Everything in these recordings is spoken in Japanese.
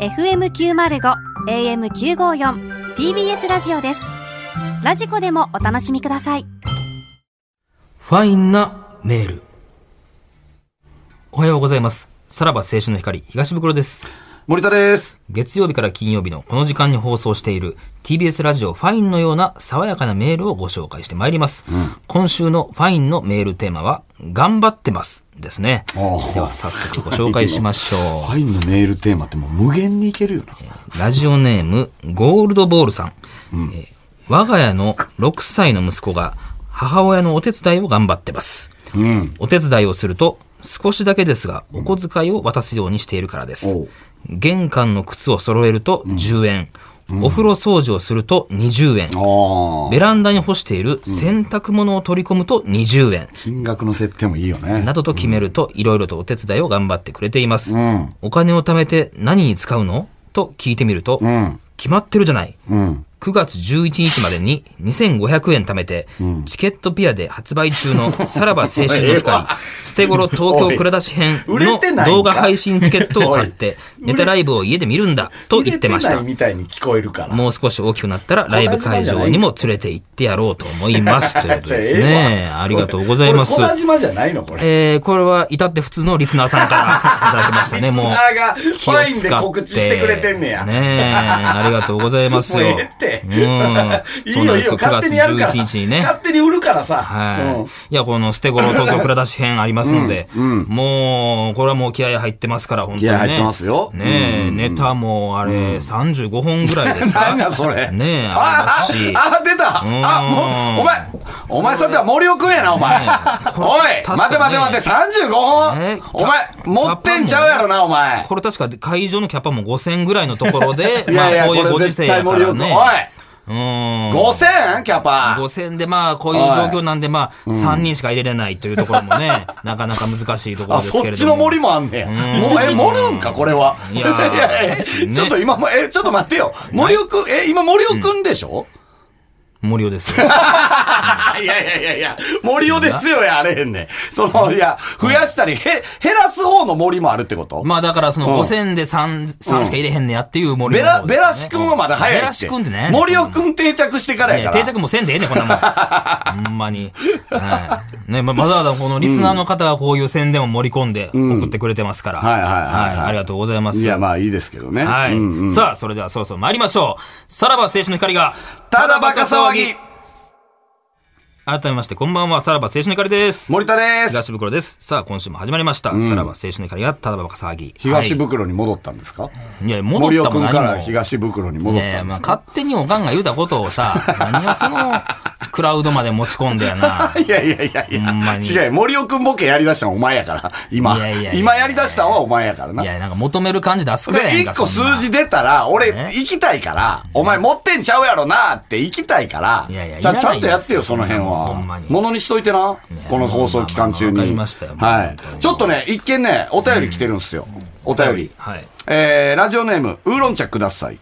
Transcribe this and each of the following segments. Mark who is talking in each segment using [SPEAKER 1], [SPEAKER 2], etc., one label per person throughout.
[SPEAKER 1] FM905 AM954 TBS ラジオですラジコでもお楽しみください
[SPEAKER 2] ファインなメール。おはようございます。さらば青春の光、東袋です。
[SPEAKER 3] 森田です。
[SPEAKER 2] 月曜日から金曜日のこの時間に放送している TBS ラジオファインのような爽やかなメールをご紹介してまいります。今週のファインのメールテーマは、頑張ってますですね。で
[SPEAKER 3] ああ
[SPEAKER 2] は早速ご紹介しましょ
[SPEAKER 3] ファインのメールテーマってもう無限にいけるよな。
[SPEAKER 2] う。ラジオネーム、ゴールドボールさん。えー我が家の6歳の息子が母親のお手伝いを頑張ってます。
[SPEAKER 3] うん。
[SPEAKER 2] お手伝いをすると、少しだけですが、お小遣いを渡すようにしているからです。
[SPEAKER 3] おう
[SPEAKER 2] 玄関の靴を揃えると10円、お風呂掃除をすると20円、
[SPEAKER 3] ああ。
[SPEAKER 2] ベランダに干している洗濯物を取り込むと20円、
[SPEAKER 3] 金額の設定もいいよね。
[SPEAKER 2] などと決めると、いろいろとお手伝いを頑張ってくれています。
[SPEAKER 3] うん。
[SPEAKER 2] お金を貯めて何に使うのと聞いてみると、
[SPEAKER 3] うん。
[SPEAKER 2] 決まってるじゃない。
[SPEAKER 3] うん。
[SPEAKER 2] 9月11日までに2500円貯めて、チケットピアで発売中のさらば青春 の光、捨て頃東京蔵出し編
[SPEAKER 3] おい売れ
[SPEAKER 2] の
[SPEAKER 3] てないんか
[SPEAKER 2] 動画配信チケットを買 って、ネタライブを家で見るんだと言ってまし
[SPEAKER 3] 売れ
[SPEAKER 2] た
[SPEAKER 3] ない。みたいに聞こえるから。
[SPEAKER 2] もう少し大きくなったらライブ会場にも連れて行ってやろうと思います。ということです
[SPEAKER 3] え
[SPEAKER 2] ね。ありがとうございます
[SPEAKER 3] こ。れ小田島じゃないのこれ。
[SPEAKER 2] えー、これは至って普通のリスナーさんからいただきましたね。もう
[SPEAKER 3] リスナーがフ
[SPEAKER 2] 気を使って。
[SPEAKER 3] ァインで告知してくれてんねや
[SPEAKER 2] ねえ、ありがとうござい ますよ。
[SPEAKER 3] もうええって
[SPEAKER 2] うん。
[SPEAKER 3] いい
[SPEAKER 2] そうなん
[SPEAKER 3] よい
[SPEAKER 2] で
[SPEAKER 3] い
[SPEAKER 2] す
[SPEAKER 3] よ、
[SPEAKER 2] よ。9
[SPEAKER 3] 勝手
[SPEAKER 2] 月
[SPEAKER 3] にやるから。
[SPEAKER 2] 11日にね。
[SPEAKER 3] 勝手に売るからさ。
[SPEAKER 2] はい、
[SPEAKER 3] うん
[SPEAKER 2] いや、この捨て頃東京蔵出し編ありますので、もう、これはもう気合入ってますから、本当に、ね。
[SPEAKER 3] 気合入ってますよ
[SPEAKER 2] ねえ、ネタもあれ、35本ぐらいです
[SPEAKER 3] なん
[SPEAKER 2] か。
[SPEAKER 3] だそれ。
[SPEAKER 2] ねえ
[SPEAKER 3] あ
[SPEAKER 2] ありますし
[SPEAKER 3] あ、あ、出た。
[SPEAKER 2] うん
[SPEAKER 3] あ、もう、お前、お前それとは森尾くんやな、お前。
[SPEAKER 2] ねえこれ
[SPEAKER 3] おい、
[SPEAKER 2] 確
[SPEAKER 3] 待て
[SPEAKER 2] か
[SPEAKER 3] 待
[SPEAKER 2] にね
[SPEAKER 3] て待て、35
[SPEAKER 2] ねえ
[SPEAKER 3] 本お前、
[SPEAKER 2] キャ
[SPEAKER 3] 持ってんちゃうやろな、お前。
[SPEAKER 2] これ確か会場のキャパも5000ぐらいのところで、
[SPEAKER 3] いや
[SPEAKER 2] ま
[SPEAKER 3] いや、
[SPEAKER 2] あ、こ
[SPEAKER 3] こ
[SPEAKER 2] ういうご
[SPEAKER 3] れ
[SPEAKER 2] 時世
[SPEAKER 3] 絶
[SPEAKER 2] や
[SPEAKER 3] 対
[SPEAKER 2] か
[SPEAKER 3] 森
[SPEAKER 2] ら
[SPEAKER 3] 尾くん。おい
[SPEAKER 2] ね。うん。
[SPEAKER 3] !5000? キャパ。
[SPEAKER 2] 5000でまあこういう状況なんでまあ3人しか入れれないというところも ね、なかなか難しいところ
[SPEAKER 3] あ、
[SPEAKER 2] ですけれども。
[SPEAKER 3] そっちの森もあんねや。もう、え、盛るんか、これは。
[SPEAKER 2] いやー
[SPEAKER 3] いや
[SPEAKER 2] ね
[SPEAKER 3] ちょっと今も、え、ちょっと待ってよ。森尾くん、え、今森尾くんでしょ
[SPEAKER 2] 森尾です よ。
[SPEAKER 3] あいやいやいやいや、森尾ですよや、あれへんねん。その、いや、増やしたり、へ、減らす方の森もあるってこと
[SPEAKER 2] まあだからその5000で3、3しか入れへんねやっていう森
[SPEAKER 3] ベ
[SPEAKER 2] 尾の
[SPEAKER 3] ラ、
[SPEAKER 2] 方で
[SPEAKER 3] ベ
[SPEAKER 2] すよね。
[SPEAKER 3] ラシ君はまだ早いって。
[SPEAKER 2] ベラシ君ってね。
[SPEAKER 3] 森尾君定着してからや
[SPEAKER 2] ね
[SPEAKER 3] から。
[SPEAKER 2] 定着もせんでええねんこんなもん。 ほんまに。はいね、まあわざわざこのリスナーの方がこういう宣伝を盛り込んで送ってくれてますから。
[SPEAKER 3] はいはいはいはい
[SPEAKER 2] ありがとうございます。
[SPEAKER 3] いや、まあいいですけどね。
[SPEAKER 2] はい、
[SPEAKER 3] うんうん
[SPEAKER 2] さあ、それではそろそろ参りましょう。さらば青春の光が、
[SPEAKER 3] ただバカ騒ぎ、
[SPEAKER 2] 改めまして、こんばんは、さらば青春の光です。
[SPEAKER 3] 森田です。
[SPEAKER 2] 東袋です。さあ、今週も始まりました。さらば青春の光が、ただばか騒ぎ。
[SPEAKER 3] 東
[SPEAKER 2] は
[SPEAKER 3] 袋に戻ったんですか
[SPEAKER 2] い、いや、戻
[SPEAKER 3] 森
[SPEAKER 2] っ
[SPEAKER 3] 尾
[SPEAKER 2] たも
[SPEAKER 3] 君
[SPEAKER 2] 何も
[SPEAKER 3] から東袋に戻っ
[SPEAKER 2] ね
[SPEAKER 3] た
[SPEAKER 2] え
[SPEAKER 3] ん
[SPEAKER 2] ま
[SPEAKER 3] で
[SPEAKER 2] あ、
[SPEAKER 3] す
[SPEAKER 2] 勝
[SPEAKER 3] か
[SPEAKER 2] 手におかんが言うたことをさ、何をその、クラウドまで持ち込んで やな。
[SPEAKER 3] いやいやいやい
[SPEAKER 2] ほんま
[SPEAKER 3] や、
[SPEAKER 2] に
[SPEAKER 3] 違うよ、森尾君ボケやりだしたのはお前やから。今
[SPEAKER 2] いやいやいやい。や
[SPEAKER 3] 今やりだしたのはお前やからな。
[SPEAKER 2] いや、なんか求める感じ出すからや
[SPEAKER 3] で、
[SPEAKER 2] んか。
[SPEAKER 3] 一個
[SPEAKER 2] そんな
[SPEAKER 3] 数字出たら、俺
[SPEAKER 2] ね、
[SPEAKER 3] 行きたいから、お前持ってんちゃうやろなって行きたいから、
[SPEAKER 2] いやいや
[SPEAKER 3] ちゃ
[SPEAKER 2] いらない
[SPEAKER 3] ちゃんとやってよ、その辺
[SPEAKER 2] ほんま
[SPEAKER 3] は
[SPEAKER 2] に。
[SPEAKER 3] ものにしといてな、この放送期間中に。
[SPEAKER 2] まあまあまあわかりましたよ
[SPEAKER 3] は
[SPEAKER 2] もう
[SPEAKER 3] い。ちょっとね、一見ね、お便り来てるんですよ。お便り。
[SPEAKER 2] はい。
[SPEAKER 3] えー、ラジオネーム、ウーロン茶ください。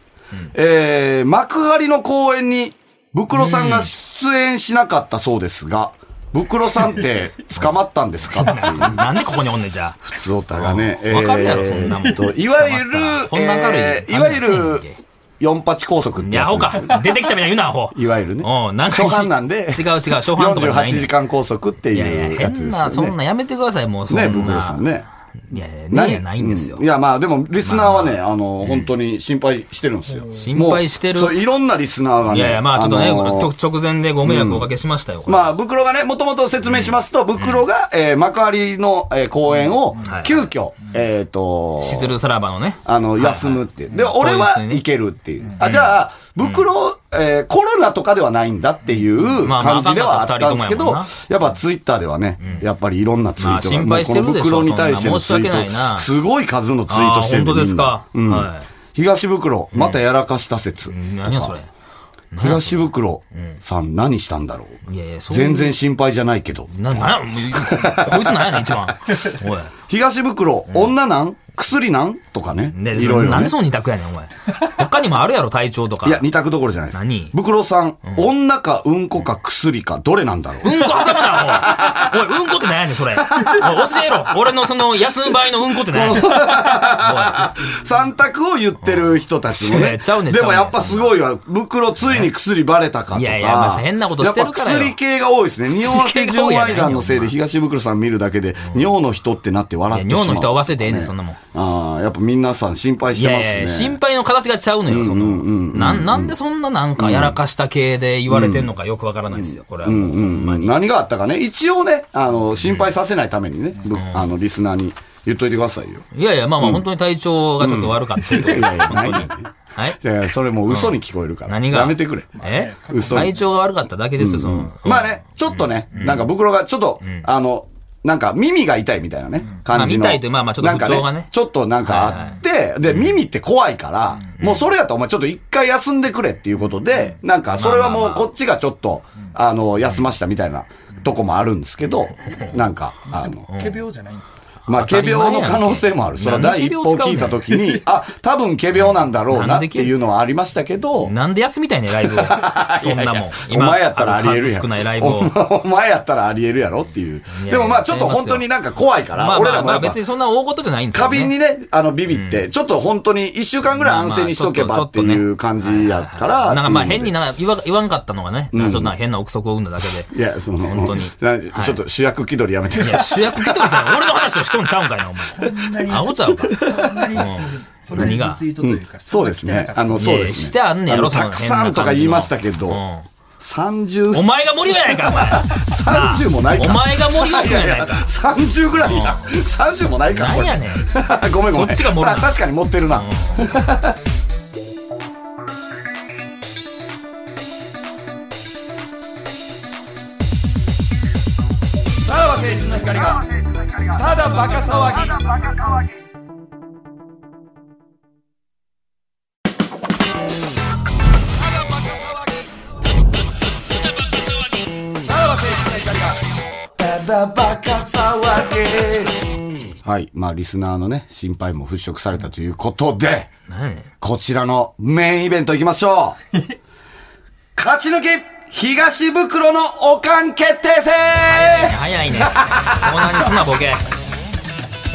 [SPEAKER 3] えー、幕張の公演に、ブクロさんが出演しなかったそうですが、ブクロさんって捕まったんで すかっていう
[SPEAKER 2] なんでここにおんねんじ ゃあ。
[SPEAKER 3] 普通オタがね、
[SPEAKER 2] うんわかるやろそんなもん
[SPEAKER 3] えーといわゆる
[SPEAKER 2] 捕まったら、こんな軽い
[SPEAKER 3] えーいわゆ
[SPEAKER 2] あんなんやったっ
[SPEAKER 3] る
[SPEAKER 2] け、
[SPEAKER 3] 四八拘束って
[SPEAKER 2] にゃ
[SPEAKER 3] や
[SPEAKER 2] ほ
[SPEAKER 3] つです。
[SPEAKER 2] か。出てきたみたいに言うな、アホ。
[SPEAKER 3] いわゆるね。
[SPEAKER 2] おうなんか
[SPEAKER 3] 初版なんで、
[SPEAKER 2] 違う違う初版とかじゃない
[SPEAKER 3] 48時間拘束って
[SPEAKER 2] いやい
[SPEAKER 3] いう
[SPEAKER 2] や、
[SPEAKER 3] やつ
[SPEAKER 2] 変
[SPEAKER 3] で
[SPEAKER 2] な、
[SPEAKER 3] す
[SPEAKER 2] そ
[SPEAKER 3] よ
[SPEAKER 2] んな
[SPEAKER 3] ね。
[SPEAKER 2] やめてください、もうそんな。
[SPEAKER 3] ね、ブクロさんね。
[SPEAKER 2] いやいや、ねえないんですよ
[SPEAKER 3] う。いや、まあでも、リスナーはね、あの、本当に心配してるんですよ。
[SPEAKER 2] 心配してる
[SPEAKER 3] もうそう、いろんなリスナーがね。
[SPEAKER 2] いやいや、まあちょっとね、
[SPEAKER 3] のー
[SPEAKER 2] 直直前でご迷惑をおかけしましたよ。これ
[SPEAKER 3] まあ、ブクロがね、もともと説明しますと、ブクロが、えー幕張の、えー公演を
[SPEAKER 2] はい、
[SPEAKER 3] 急遽、えっと、
[SPEAKER 2] シズルさらばのね。
[SPEAKER 3] あの、休むっていう。で、
[SPEAKER 2] い
[SPEAKER 3] 俺は
[SPEAKER 2] 当日にね
[SPEAKER 3] 行けるっていう。あ、じゃあ、袋、えーコロナとかではないんだっていう
[SPEAKER 2] まあまあ
[SPEAKER 3] 感じではあったんですけど、
[SPEAKER 2] あかんかった二人ともやもんな
[SPEAKER 3] やっぱツイッターではね、やっぱりいろんなツイートが、
[SPEAKER 2] まあ心配してる
[SPEAKER 3] もう
[SPEAKER 2] で
[SPEAKER 3] この
[SPEAKER 2] しょ
[SPEAKER 3] 袋に対してのツ
[SPEAKER 2] そん
[SPEAKER 3] イ
[SPEAKER 2] な申し訳ない
[SPEAKER 3] ー
[SPEAKER 2] な
[SPEAKER 3] ト、すごい数のツイートしてる
[SPEAKER 2] あー
[SPEAKER 3] ん
[SPEAKER 2] 本当ですか
[SPEAKER 3] みんなうん
[SPEAKER 2] はい
[SPEAKER 3] 東袋、またやらかした説。
[SPEAKER 2] 何やそれ。
[SPEAKER 3] 東袋さん何したんだろう
[SPEAKER 2] いやいや、そういう
[SPEAKER 3] 全。然心配じゃないけど。
[SPEAKER 2] な、なんや、もうこいつなんやねん、一番。おい。
[SPEAKER 3] 東袋、女なん薬なんとかね。
[SPEAKER 2] で、
[SPEAKER 3] いろいろ
[SPEAKER 2] なん
[SPEAKER 3] ね
[SPEAKER 2] で。その二択やねん、お前。他にもあるやろ、体調とか。
[SPEAKER 3] いや、二択どころじゃないです。
[SPEAKER 2] 何
[SPEAKER 3] 袋さん、女かうんこか薬か、どれなんだろう。
[SPEAKER 2] うんこ挟むな、おい。おい、うんこって何やねん、それ。おい教えろ。俺のその、休む場合のうんこって何や ねん。お
[SPEAKER 3] 三択を言ってる人たちも
[SPEAKER 2] う
[SPEAKER 3] ね。
[SPEAKER 2] んちゃうねん
[SPEAKER 3] でもやっぱすごいわ。袋ついに薬バレたかとか。
[SPEAKER 2] いやいやまあ変なことしてるからよ
[SPEAKER 3] やっぱ薬系が多いですね。匂わせ純愛団のせい
[SPEAKER 2] 薬系が多いやないよお前
[SPEAKER 3] で東袋さん見るだけで、尿の人ってなって笑っ
[SPEAKER 2] い。
[SPEAKER 3] てしまう。
[SPEAKER 2] 尿の人合わせてええねん、そんなもん。
[SPEAKER 3] ああ、やっぱ皆さん心配し
[SPEAKER 2] い
[SPEAKER 3] て
[SPEAKER 2] や
[SPEAKER 3] ま
[SPEAKER 2] い
[SPEAKER 3] す
[SPEAKER 2] やい
[SPEAKER 3] ね。
[SPEAKER 2] や心配の形がちゃうのよ、その。なんなんでそんななんかやらかした系で言われてんのかよくわからないですよ、これはもう。
[SPEAKER 3] うんうん何があったかね。一応ね、あの、心配させないためにね、ぶあの、リスナーに言っといてくださいよ。
[SPEAKER 2] いやいや、まあまあ、本当に体調がちょっと悪かったってことですよ、 本当に。はい
[SPEAKER 3] いやいやそれもう嘘に聞こえるから。
[SPEAKER 2] 何が
[SPEAKER 3] やめてくれ。
[SPEAKER 2] え
[SPEAKER 3] 嘘
[SPEAKER 2] 体調が悪かっただけですよ、その。
[SPEAKER 3] まあね、ちょっとね、なんか袋がちょっと、あの、なんか耳が痛いみたいなね、感じの。
[SPEAKER 2] まあ見たいというまあまあちょっと不調がね
[SPEAKER 3] なんかちょっとなんかあって、で、耳って怖いから、もうそれやとお前ちょっと一回休んでくれっていうことで、なんかそれはもうこっちがちょっと、あの、休ましたみたいなとこもあるんですけど、なんか、あの、
[SPEAKER 4] 毛病じゃないんですか
[SPEAKER 3] まあ、
[SPEAKER 2] 当た
[SPEAKER 3] 仮
[SPEAKER 2] り
[SPEAKER 3] 病
[SPEAKER 2] 前やん
[SPEAKER 3] の可能性もある。それは
[SPEAKER 2] なんで
[SPEAKER 3] 第一
[SPEAKER 2] 仮
[SPEAKER 3] 報
[SPEAKER 2] 病使うね
[SPEAKER 3] 聞
[SPEAKER 2] ん
[SPEAKER 3] いたときに、あ、多分仮病なんだろうなっていうのはありましたけど、
[SPEAKER 2] なんで休みたいね、 ライブを。そんなもん。
[SPEAKER 3] お前やったらありえる
[SPEAKER 2] 数
[SPEAKER 3] や
[SPEAKER 2] 少ないライ
[SPEAKER 3] ん。
[SPEAKER 2] ブを。
[SPEAKER 3] お前やったらありえるやろっていう
[SPEAKER 2] い。や
[SPEAKER 3] でもまあちょっと本当になんか怖いか
[SPEAKER 2] ま
[SPEAKER 3] ら、
[SPEAKER 2] あ
[SPEAKER 3] 俺
[SPEAKER 2] まあ
[SPEAKER 3] らも
[SPEAKER 2] ま
[SPEAKER 3] や
[SPEAKER 2] あ
[SPEAKER 3] っぱ
[SPEAKER 2] 別にそんな大事じゃないんですよ、
[SPEAKER 3] 花
[SPEAKER 2] ね。
[SPEAKER 3] 瓶にね、あのビビって、ちょっと本当に一週間ぐらい安静にしとけばっていう感じやから。
[SPEAKER 2] なんかまあ変に
[SPEAKER 3] な。
[SPEAKER 2] なんか言わ言わんかったのがね、なんかちょっとなんか変な憶測を生んだだけで。
[SPEAKER 3] いや、その、
[SPEAKER 2] 本当に
[SPEAKER 3] なちょっと主役気取りやめて。
[SPEAKER 2] いや、主役気取りじゃない俺の話をしとんちゃうんかいな、お前。アホちゃうか。
[SPEAKER 4] そんなに
[SPEAKER 2] うん
[SPEAKER 4] それにリツイートというか、
[SPEAKER 3] そうですね。あの、そう
[SPEAKER 2] い
[SPEAKER 3] で
[SPEAKER 2] や
[SPEAKER 3] すね。
[SPEAKER 2] してあんねやろ
[SPEAKER 3] あの
[SPEAKER 2] そんな
[SPEAKER 3] たくさんとか言いましたけ
[SPEAKER 2] う
[SPEAKER 3] ど、
[SPEAKER 2] ん
[SPEAKER 3] 30
[SPEAKER 2] お、前が森やないか、
[SPEAKER 3] 30もな
[SPEAKER 2] お
[SPEAKER 3] い
[SPEAKER 2] 前。お
[SPEAKER 3] か。
[SPEAKER 2] 前が森脇やないか。
[SPEAKER 3] 30ぐらいや。30もないか。
[SPEAKER 2] なんやねん。
[SPEAKER 3] ん。 ごめんごめん。
[SPEAKER 2] そっちが盛るな
[SPEAKER 3] た確かに持ってるな。さらば青春の光がただバカ騒ぎはいまあリスナーのね心配も払拭されたということで
[SPEAKER 2] なんやねん
[SPEAKER 3] こちらのメインイベント行きましょ う勝ち抜き東袋のおかん決定戦
[SPEAKER 2] 早いね。コーナーにすな、ボケ。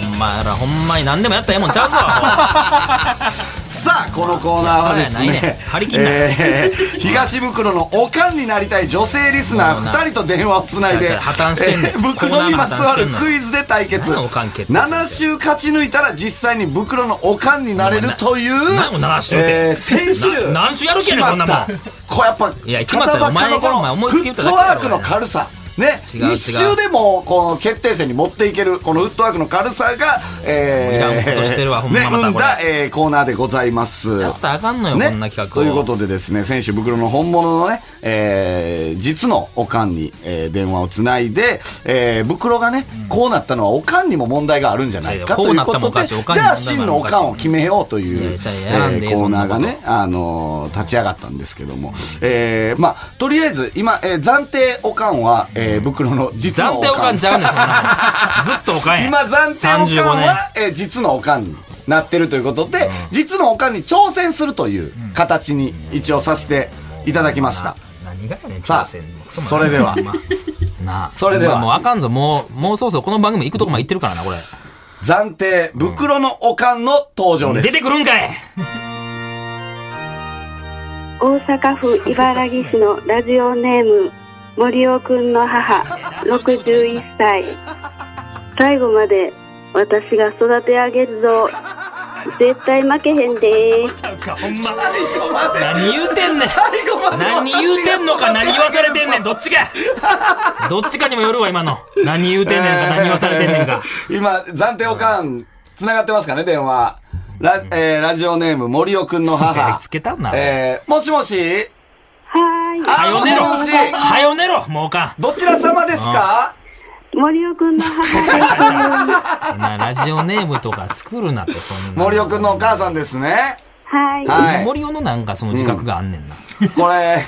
[SPEAKER 2] お前らほんまに何でもやったらええもんちゃうぞアホ。
[SPEAKER 3] さあ、このコーナーはです
[SPEAKER 2] そうやない
[SPEAKER 3] ね
[SPEAKER 2] ね張り、切んな
[SPEAKER 3] えー東袋のおかんになりたい女性リスナー
[SPEAKER 2] もうな
[SPEAKER 3] 2人と電話をつないで、
[SPEAKER 2] ちゃうちゃう破綻してんねん
[SPEAKER 3] えー袋にまつわるクイズで対決。
[SPEAKER 2] コーナーも破綻してんの
[SPEAKER 3] 7週勝ち抜いたら実際に袋のおかんになれるという、
[SPEAKER 2] 何も7週って。
[SPEAKER 3] えー先週、
[SPEAKER 2] な何週やる気やねん、
[SPEAKER 3] 決
[SPEAKER 2] こん
[SPEAKER 3] ま
[SPEAKER 2] なも
[SPEAKER 3] った
[SPEAKER 2] ん。
[SPEAKER 3] こうやっぱ、
[SPEAKER 2] いや決まったよ
[SPEAKER 3] 肩ばっかのこ
[SPEAKER 2] お前がこ
[SPEAKER 3] の
[SPEAKER 2] の前思いつき言った
[SPEAKER 3] フ
[SPEAKER 2] だ
[SPEAKER 3] ッ
[SPEAKER 2] け
[SPEAKER 3] トワ
[SPEAKER 2] やろ
[SPEAKER 3] ークの軽さ。ね、
[SPEAKER 2] 違う違う
[SPEAKER 3] 一周でも、この決定戦に持っていける、このフットワークの軽さが、え
[SPEAKER 2] いらんことしてるわほんま
[SPEAKER 3] ね、
[SPEAKER 2] また
[SPEAKER 3] 生ん
[SPEAKER 2] これ
[SPEAKER 3] だ、えーコーナーでございます。
[SPEAKER 2] やったらあかんのよ、
[SPEAKER 3] ね
[SPEAKER 2] こんな企画を。
[SPEAKER 3] ということでですね、選手袋の本物のね、えー実のおかんに、えー電話をつないで、えー袋がね、こうなったのはおかんにも問題があるんじゃないか
[SPEAKER 2] 違う
[SPEAKER 3] と
[SPEAKER 2] こう
[SPEAKER 3] いう
[SPEAKER 2] なっ
[SPEAKER 3] こ
[SPEAKER 2] たもお
[SPEAKER 3] と
[SPEAKER 2] か
[SPEAKER 3] で、
[SPEAKER 2] しいおかん
[SPEAKER 3] じ
[SPEAKER 2] に
[SPEAKER 3] ゃあ
[SPEAKER 2] も問題がある
[SPEAKER 3] 真のおかんを決めようという、
[SPEAKER 2] い
[SPEAKER 3] え
[SPEAKER 2] やじゃあやらんで
[SPEAKER 3] ーコーナーが
[SPEAKER 2] そんな
[SPEAKER 3] ね、あのー立ち上がったんですけども、えーまあ、とりあえず今、えー暫定おかんは、えー袋の実の
[SPEAKER 2] 暫
[SPEAKER 3] お
[SPEAKER 2] 定お
[SPEAKER 3] か
[SPEAKER 2] かん
[SPEAKER 3] ん
[SPEAKER 2] ち。ゃうねん、そんなもん。 ずっとおかんや。
[SPEAKER 3] 今暫定おかん
[SPEAKER 2] 35年
[SPEAKER 3] は、えー実のおかんになってるということで、実のおかんに挑戦するという形に一応させていただきました、
[SPEAKER 2] な何がやねん
[SPEAKER 3] さあ
[SPEAKER 2] 挑戦もクソも
[SPEAKER 3] それでは
[SPEAKER 2] ほんまなあ
[SPEAKER 3] それでは
[SPEAKER 2] ほんまもうあかんぞもうもうそうそうこの番組行くとこまで行ってるからなこれ
[SPEAKER 3] 暫定袋のおかんの登場です、
[SPEAKER 2] 出てくるんかい
[SPEAKER 5] 大阪府茨木市のラジオネーム森尾くんの母61歳最後まで私が育て上げるぞ絶対負けへんで
[SPEAKER 2] ちゃうかほんま何言うてんねん何言うてんのか何言わされてんねんどっちかどっちかにもよるわ今の何言うてんねんか何言わされてんねんか
[SPEAKER 3] 今暫定おかんつながってますかね電話ラ,、えーラジオネーム森尾くんの母
[SPEAKER 2] つけたんな
[SPEAKER 3] えーもしもし
[SPEAKER 5] は
[SPEAKER 2] はよ寝ろ
[SPEAKER 3] あもしもし
[SPEAKER 2] はよ寝ろもうおかん
[SPEAKER 3] どちら様ですか
[SPEAKER 5] ーい森尾くんの母です
[SPEAKER 2] お前ラジオネームとか作るなってそんな
[SPEAKER 3] 森尾くんのお母さんですね
[SPEAKER 5] はい
[SPEAKER 3] はい
[SPEAKER 2] 森尾のなんかその自覚があんねんな、
[SPEAKER 3] これ、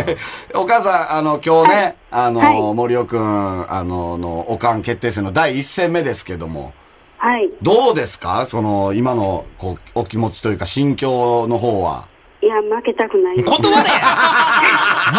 [SPEAKER 3] お母さん、あの、今日ね、あの、
[SPEAKER 5] はい
[SPEAKER 3] 森尾くん、あの、の、おかん決定戦の第一戦目ですけども、
[SPEAKER 5] はい。
[SPEAKER 3] どうですかその、今の、こう、お気持ちというか、心境の方は。
[SPEAKER 5] いや、負けたくないです。
[SPEAKER 2] 断れや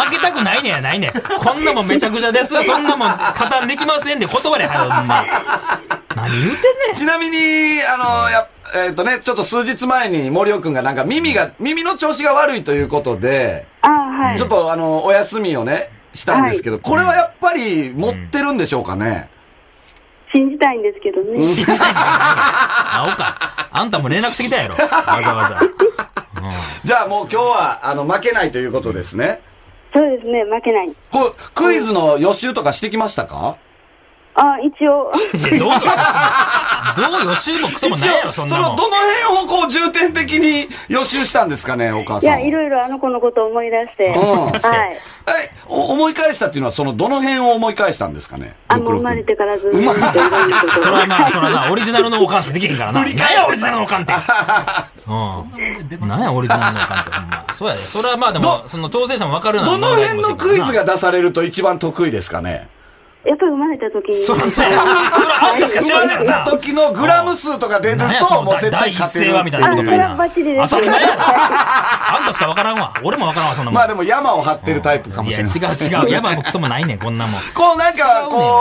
[SPEAKER 2] 負けたくないねやないねんこんなもんめちゃくちゃですよそんなもん加担できませんで断れやほんま何言うてんねん
[SPEAKER 3] ちなみに、あの、やっ、えっ、とね、ちょっと数日前に森尾くんがなんか耳が、耳の調子が悪いということで、
[SPEAKER 5] あはい
[SPEAKER 3] ちょっ。とあの、お休みをね、したんですけど、これはやっぱり持ってるんでしょうかね、
[SPEAKER 5] 信じたいんですけどね。
[SPEAKER 2] 信じたいんじゃ ないよ。青か。あんたも連絡してきたやろ。わざわざ。う
[SPEAKER 3] じゃあもう今日は、あの、負けないということですね。
[SPEAKER 5] そうですね、負けない。
[SPEAKER 3] こうクイズの予習とかしてきましたか
[SPEAKER 5] あ一 応、
[SPEAKER 2] んいやどうよどう予習もクソもないやろ、そんなも
[SPEAKER 3] の
[SPEAKER 2] ん。
[SPEAKER 3] どの辺をこう重点的に予習したんですかね、お母
[SPEAKER 5] い
[SPEAKER 3] さ
[SPEAKER 5] や、
[SPEAKER 3] ん。
[SPEAKER 5] いろいろあの子のことを思い出して。
[SPEAKER 3] うん
[SPEAKER 2] 出して
[SPEAKER 5] はい。
[SPEAKER 3] はい、お思い返したっていうのは、そのどの辺を思い返したんですかね。
[SPEAKER 5] あ、
[SPEAKER 3] ブク
[SPEAKER 5] もう生
[SPEAKER 3] ロ君
[SPEAKER 5] まれてからずっといろんなことを。
[SPEAKER 2] それはな、それはな、オリジナルのおかんしかできへんからな。何や、オリジナルのお かんって。うん。何や、オリジナルのおかんって、ほんま。そうやで。それはまあでも、その挑戦者もわかるような
[SPEAKER 3] どの辺のクイズ
[SPEAKER 2] な
[SPEAKER 3] が出されると一番得意ですかね。
[SPEAKER 5] やっぱり生まれた時に。
[SPEAKER 2] そ らそうや。それはあんたしか知らんねんな。
[SPEAKER 3] 時のグラム数とか出る
[SPEAKER 2] 何やそ
[SPEAKER 3] と、もう
[SPEAKER 2] の
[SPEAKER 3] 絶
[SPEAKER 2] 第
[SPEAKER 3] 対
[SPEAKER 2] 一
[SPEAKER 3] 勝てる
[SPEAKER 2] 声はみたいなことかい
[SPEAKER 5] あそれは
[SPEAKER 2] な
[SPEAKER 5] バッチリで。
[SPEAKER 2] 当
[SPEAKER 5] す
[SPEAKER 2] たり前やろ。あんたしかわからんわ。俺もわからんわ、そんなもん。
[SPEAKER 3] まあでも山を張ってるタイプかもしれない。
[SPEAKER 2] いや、違う違う。山もクソもないねん、こんなもん。
[SPEAKER 3] こうなんか、
[SPEAKER 2] 違うね
[SPEAKER 3] こ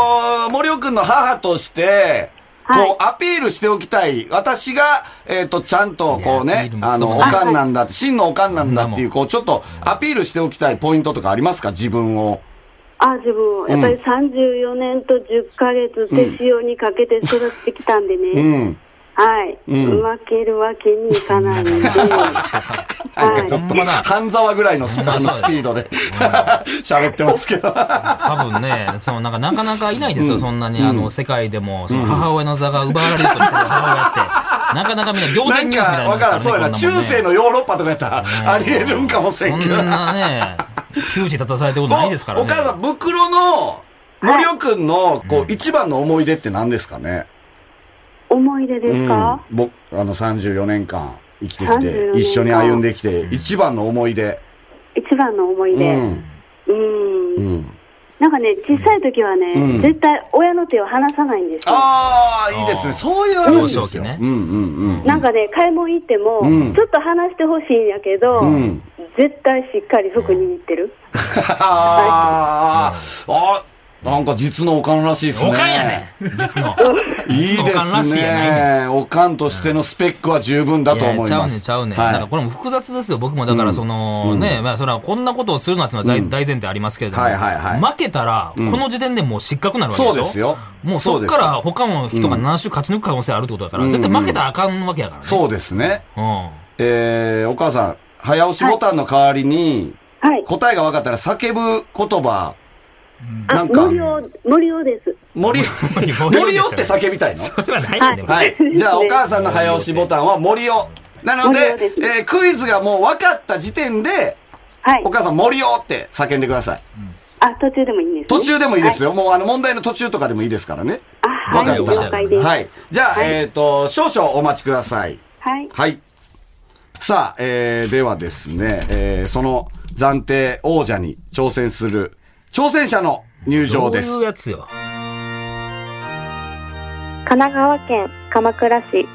[SPEAKER 3] う、森尾くんの母として、
[SPEAKER 5] はい
[SPEAKER 3] こう、アピールしておきたい。私が、えっ、と、ちゃんと、こう
[SPEAKER 2] いやアピー
[SPEAKER 3] ね
[SPEAKER 2] ル、も
[SPEAKER 3] あの、
[SPEAKER 2] そ
[SPEAKER 3] お
[SPEAKER 2] うだね
[SPEAKER 3] かんなんだ、真のおかんなんだ
[SPEAKER 2] そん
[SPEAKER 3] っ
[SPEAKER 2] なも
[SPEAKER 3] てい
[SPEAKER 2] ん
[SPEAKER 3] う、こう、ちょっと、アピールしておきたいポイントとかありますか自分を。
[SPEAKER 5] あ、自分を。やっぱり34年と10ヶ月手塩にかけて育ってきたんでね。
[SPEAKER 3] うん。
[SPEAKER 5] はい、
[SPEAKER 3] ん
[SPEAKER 5] 負けるわけにいか ないので。
[SPEAKER 3] なんか
[SPEAKER 5] は
[SPEAKER 3] ちょっ
[SPEAKER 2] ほ
[SPEAKER 3] と
[SPEAKER 2] んま
[SPEAKER 3] ま
[SPEAKER 2] だ
[SPEAKER 3] だ、半沢ぐらい のスあのスピードで、喋ってますけど。
[SPEAKER 2] 多分ね、そのなんかなかなかいないですよ、そんなに、あの、世界でも、その母親の座が奪われるとしてる母親って、なかなかみんな仰
[SPEAKER 3] な
[SPEAKER 2] 天
[SPEAKER 3] ん
[SPEAKER 2] ニ
[SPEAKER 3] か
[SPEAKER 2] ュースみたい、なも
[SPEAKER 3] わ
[SPEAKER 2] んです
[SPEAKER 3] から
[SPEAKER 2] ら
[SPEAKER 3] ん。
[SPEAKER 2] ね
[SPEAKER 3] そうやな。
[SPEAKER 2] こんもんね
[SPEAKER 3] 中世のヨーロッパとかやったら、ありえるんかもしれんけど。
[SPEAKER 2] そんなね、窮地立たされたことないですからね。
[SPEAKER 3] お母さん、袋の、森尾くんの、こう、一番の思い出って何ですかね
[SPEAKER 5] 思い出ですか、
[SPEAKER 3] うん、僕、あの、34年間生きてき
[SPEAKER 5] 34
[SPEAKER 3] て
[SPEAKER 5] 年、間
[SPEAKER 3] 一緒に歩んできて、一番の思い出。
[SPEAKER 5] 一番の思いう出。
[SPEAKER 3] ん。
[SPEAKER 5] うん。
[SPEAKER 3] うん。
[SPEAKER 5] なんかね、小さい時はね、
[SPEAKER 3] うん
[SPEAKER 5] 絶対親の手を離さないんですよ。
[SPEAKER 3] ああ、いいです
[SPEAKER 2] あ
[SPEAKER 3] ね。
[SPEAKER 2] ー
[SPEAKER 3] そういう話で
[SPEAKER 2] 幼少
[SPEAKER 3] す
[SPEAKER 2] 期
[SPEAKER 3] よ。
[SPEAKER 2] ね
[SPEAKER 3] うんうんうん。
[SPEAKER 5] なんかね、買い物行っても、
[SPEAKER 3] うん
[SPEAKER 5] ちょっと話してほしいんやけど、
[SPEAKER 3] うん
[SPEAKER 5] 絶対しっかり服握ってる。
[SPEAKER 3] あーあー、なんか実のおかんらしいですね。
[SPEAKER 2] おかんやねん、実の。
[SPEAKER 3] いい
[SPEAKER 2] 実のお
[SPEAKER 3] で
[SPEAKER 2] かんらし
[SPEAKER 3] す
[SPEAKER 2] いやないねん。
[SPEAKER 3] ね。おかんとしてのスペックは十分だと思いま
[SPEAKER 2] いや
[SPEAKER 3] す。
[SPEAKER 2] ちゃうねん、ちゃうねん。なんか
[SPEAKER 3] は
[SPEAKER 2] これも複雑ですよ。僕もだからその、ね、まあそれはこんなことをするなっていうのは大,、
[SPEAKER 3] うん
[SPEAKER 2] 大前提ありますけれども、
[SPEAKER 3] はいはいはい。
[SPEAKER 2] 負けたら、この時点でもう失格にないるわけでしょ
[SPEAKER 3] そうですよ。
[SPEAKER 2] もうそっ
[SPEAKER 3] う
[SPEAKER 2] か
[SPEAKER 3] です
[SPEAKER 2] ら他の人が何週勝ち抜く可能性あるってことだから、
[SPEAKER 3] うん
[SPEAKER 2] 絶対負けたらあかんわけやからね。
[SPEAKER 3] そうですね。
[SPEAKER 2] う。ん。
[SPEAKER 3] えー、お母さん、早押しボタンの代わりに、
[SPEAKER 5] はい。
[SPEAKER 3] 答えが分かったら叫ぶ言葉、な
[SPEAKER 5] あ、
[SPEAKER 3] んか
[SPEAKER 5] 森尾、森尾です。
[SPEAKER 3] 森、
[SPEAKER 2] 森尾
[SPEAKER 3] 森尾って叫びたいの
[SPEAKER 2] それはないねんでも、
[SPEAKER 3] はい。じゃあ、お母さんの早押しボタンは森尾。なの
[SPEAKER 5] 森
[SPEAKER 3] で
[SPEAKER 5] 尾で、す
[SPEAKER 3] えークイズがもう分かった時点で、
[SPEAKER 5] はい
[SPEAKER 3] お。母さん森尾って叫んでください。
[SPEAKER 5] あ、途中でもいいんです、ね、
[SPEAKER 3] 途中でもいいです
[SPEAKER 5] よ。
[SPEAKER 3] よ。もうあの問題の途中とかでもいいですからね。
[SPEAKER 5] あ、はい。
[SPEAKER 3] わかった
[SPEAKER 5] 了解です。
[SPEAKER 3] は
[SPEAKER 5] はい。
[SPEAKER 3] い。じゃあ、えっと、少々お待ちください。
[SPEAKER 5] はい。
[SPEAKER 3] はい。さあ、えー、ではですね、えー、その暫定王者に挑戦する挑戦者の入
[SPEAKER 2] ど
[SPEAKER 3] 場
[SPEAKER 2] う
[SPEAKER 3] です。
[SPEAKER 2] いうやつよ。
[SPEAKER 6] 神奈川県鎌倉市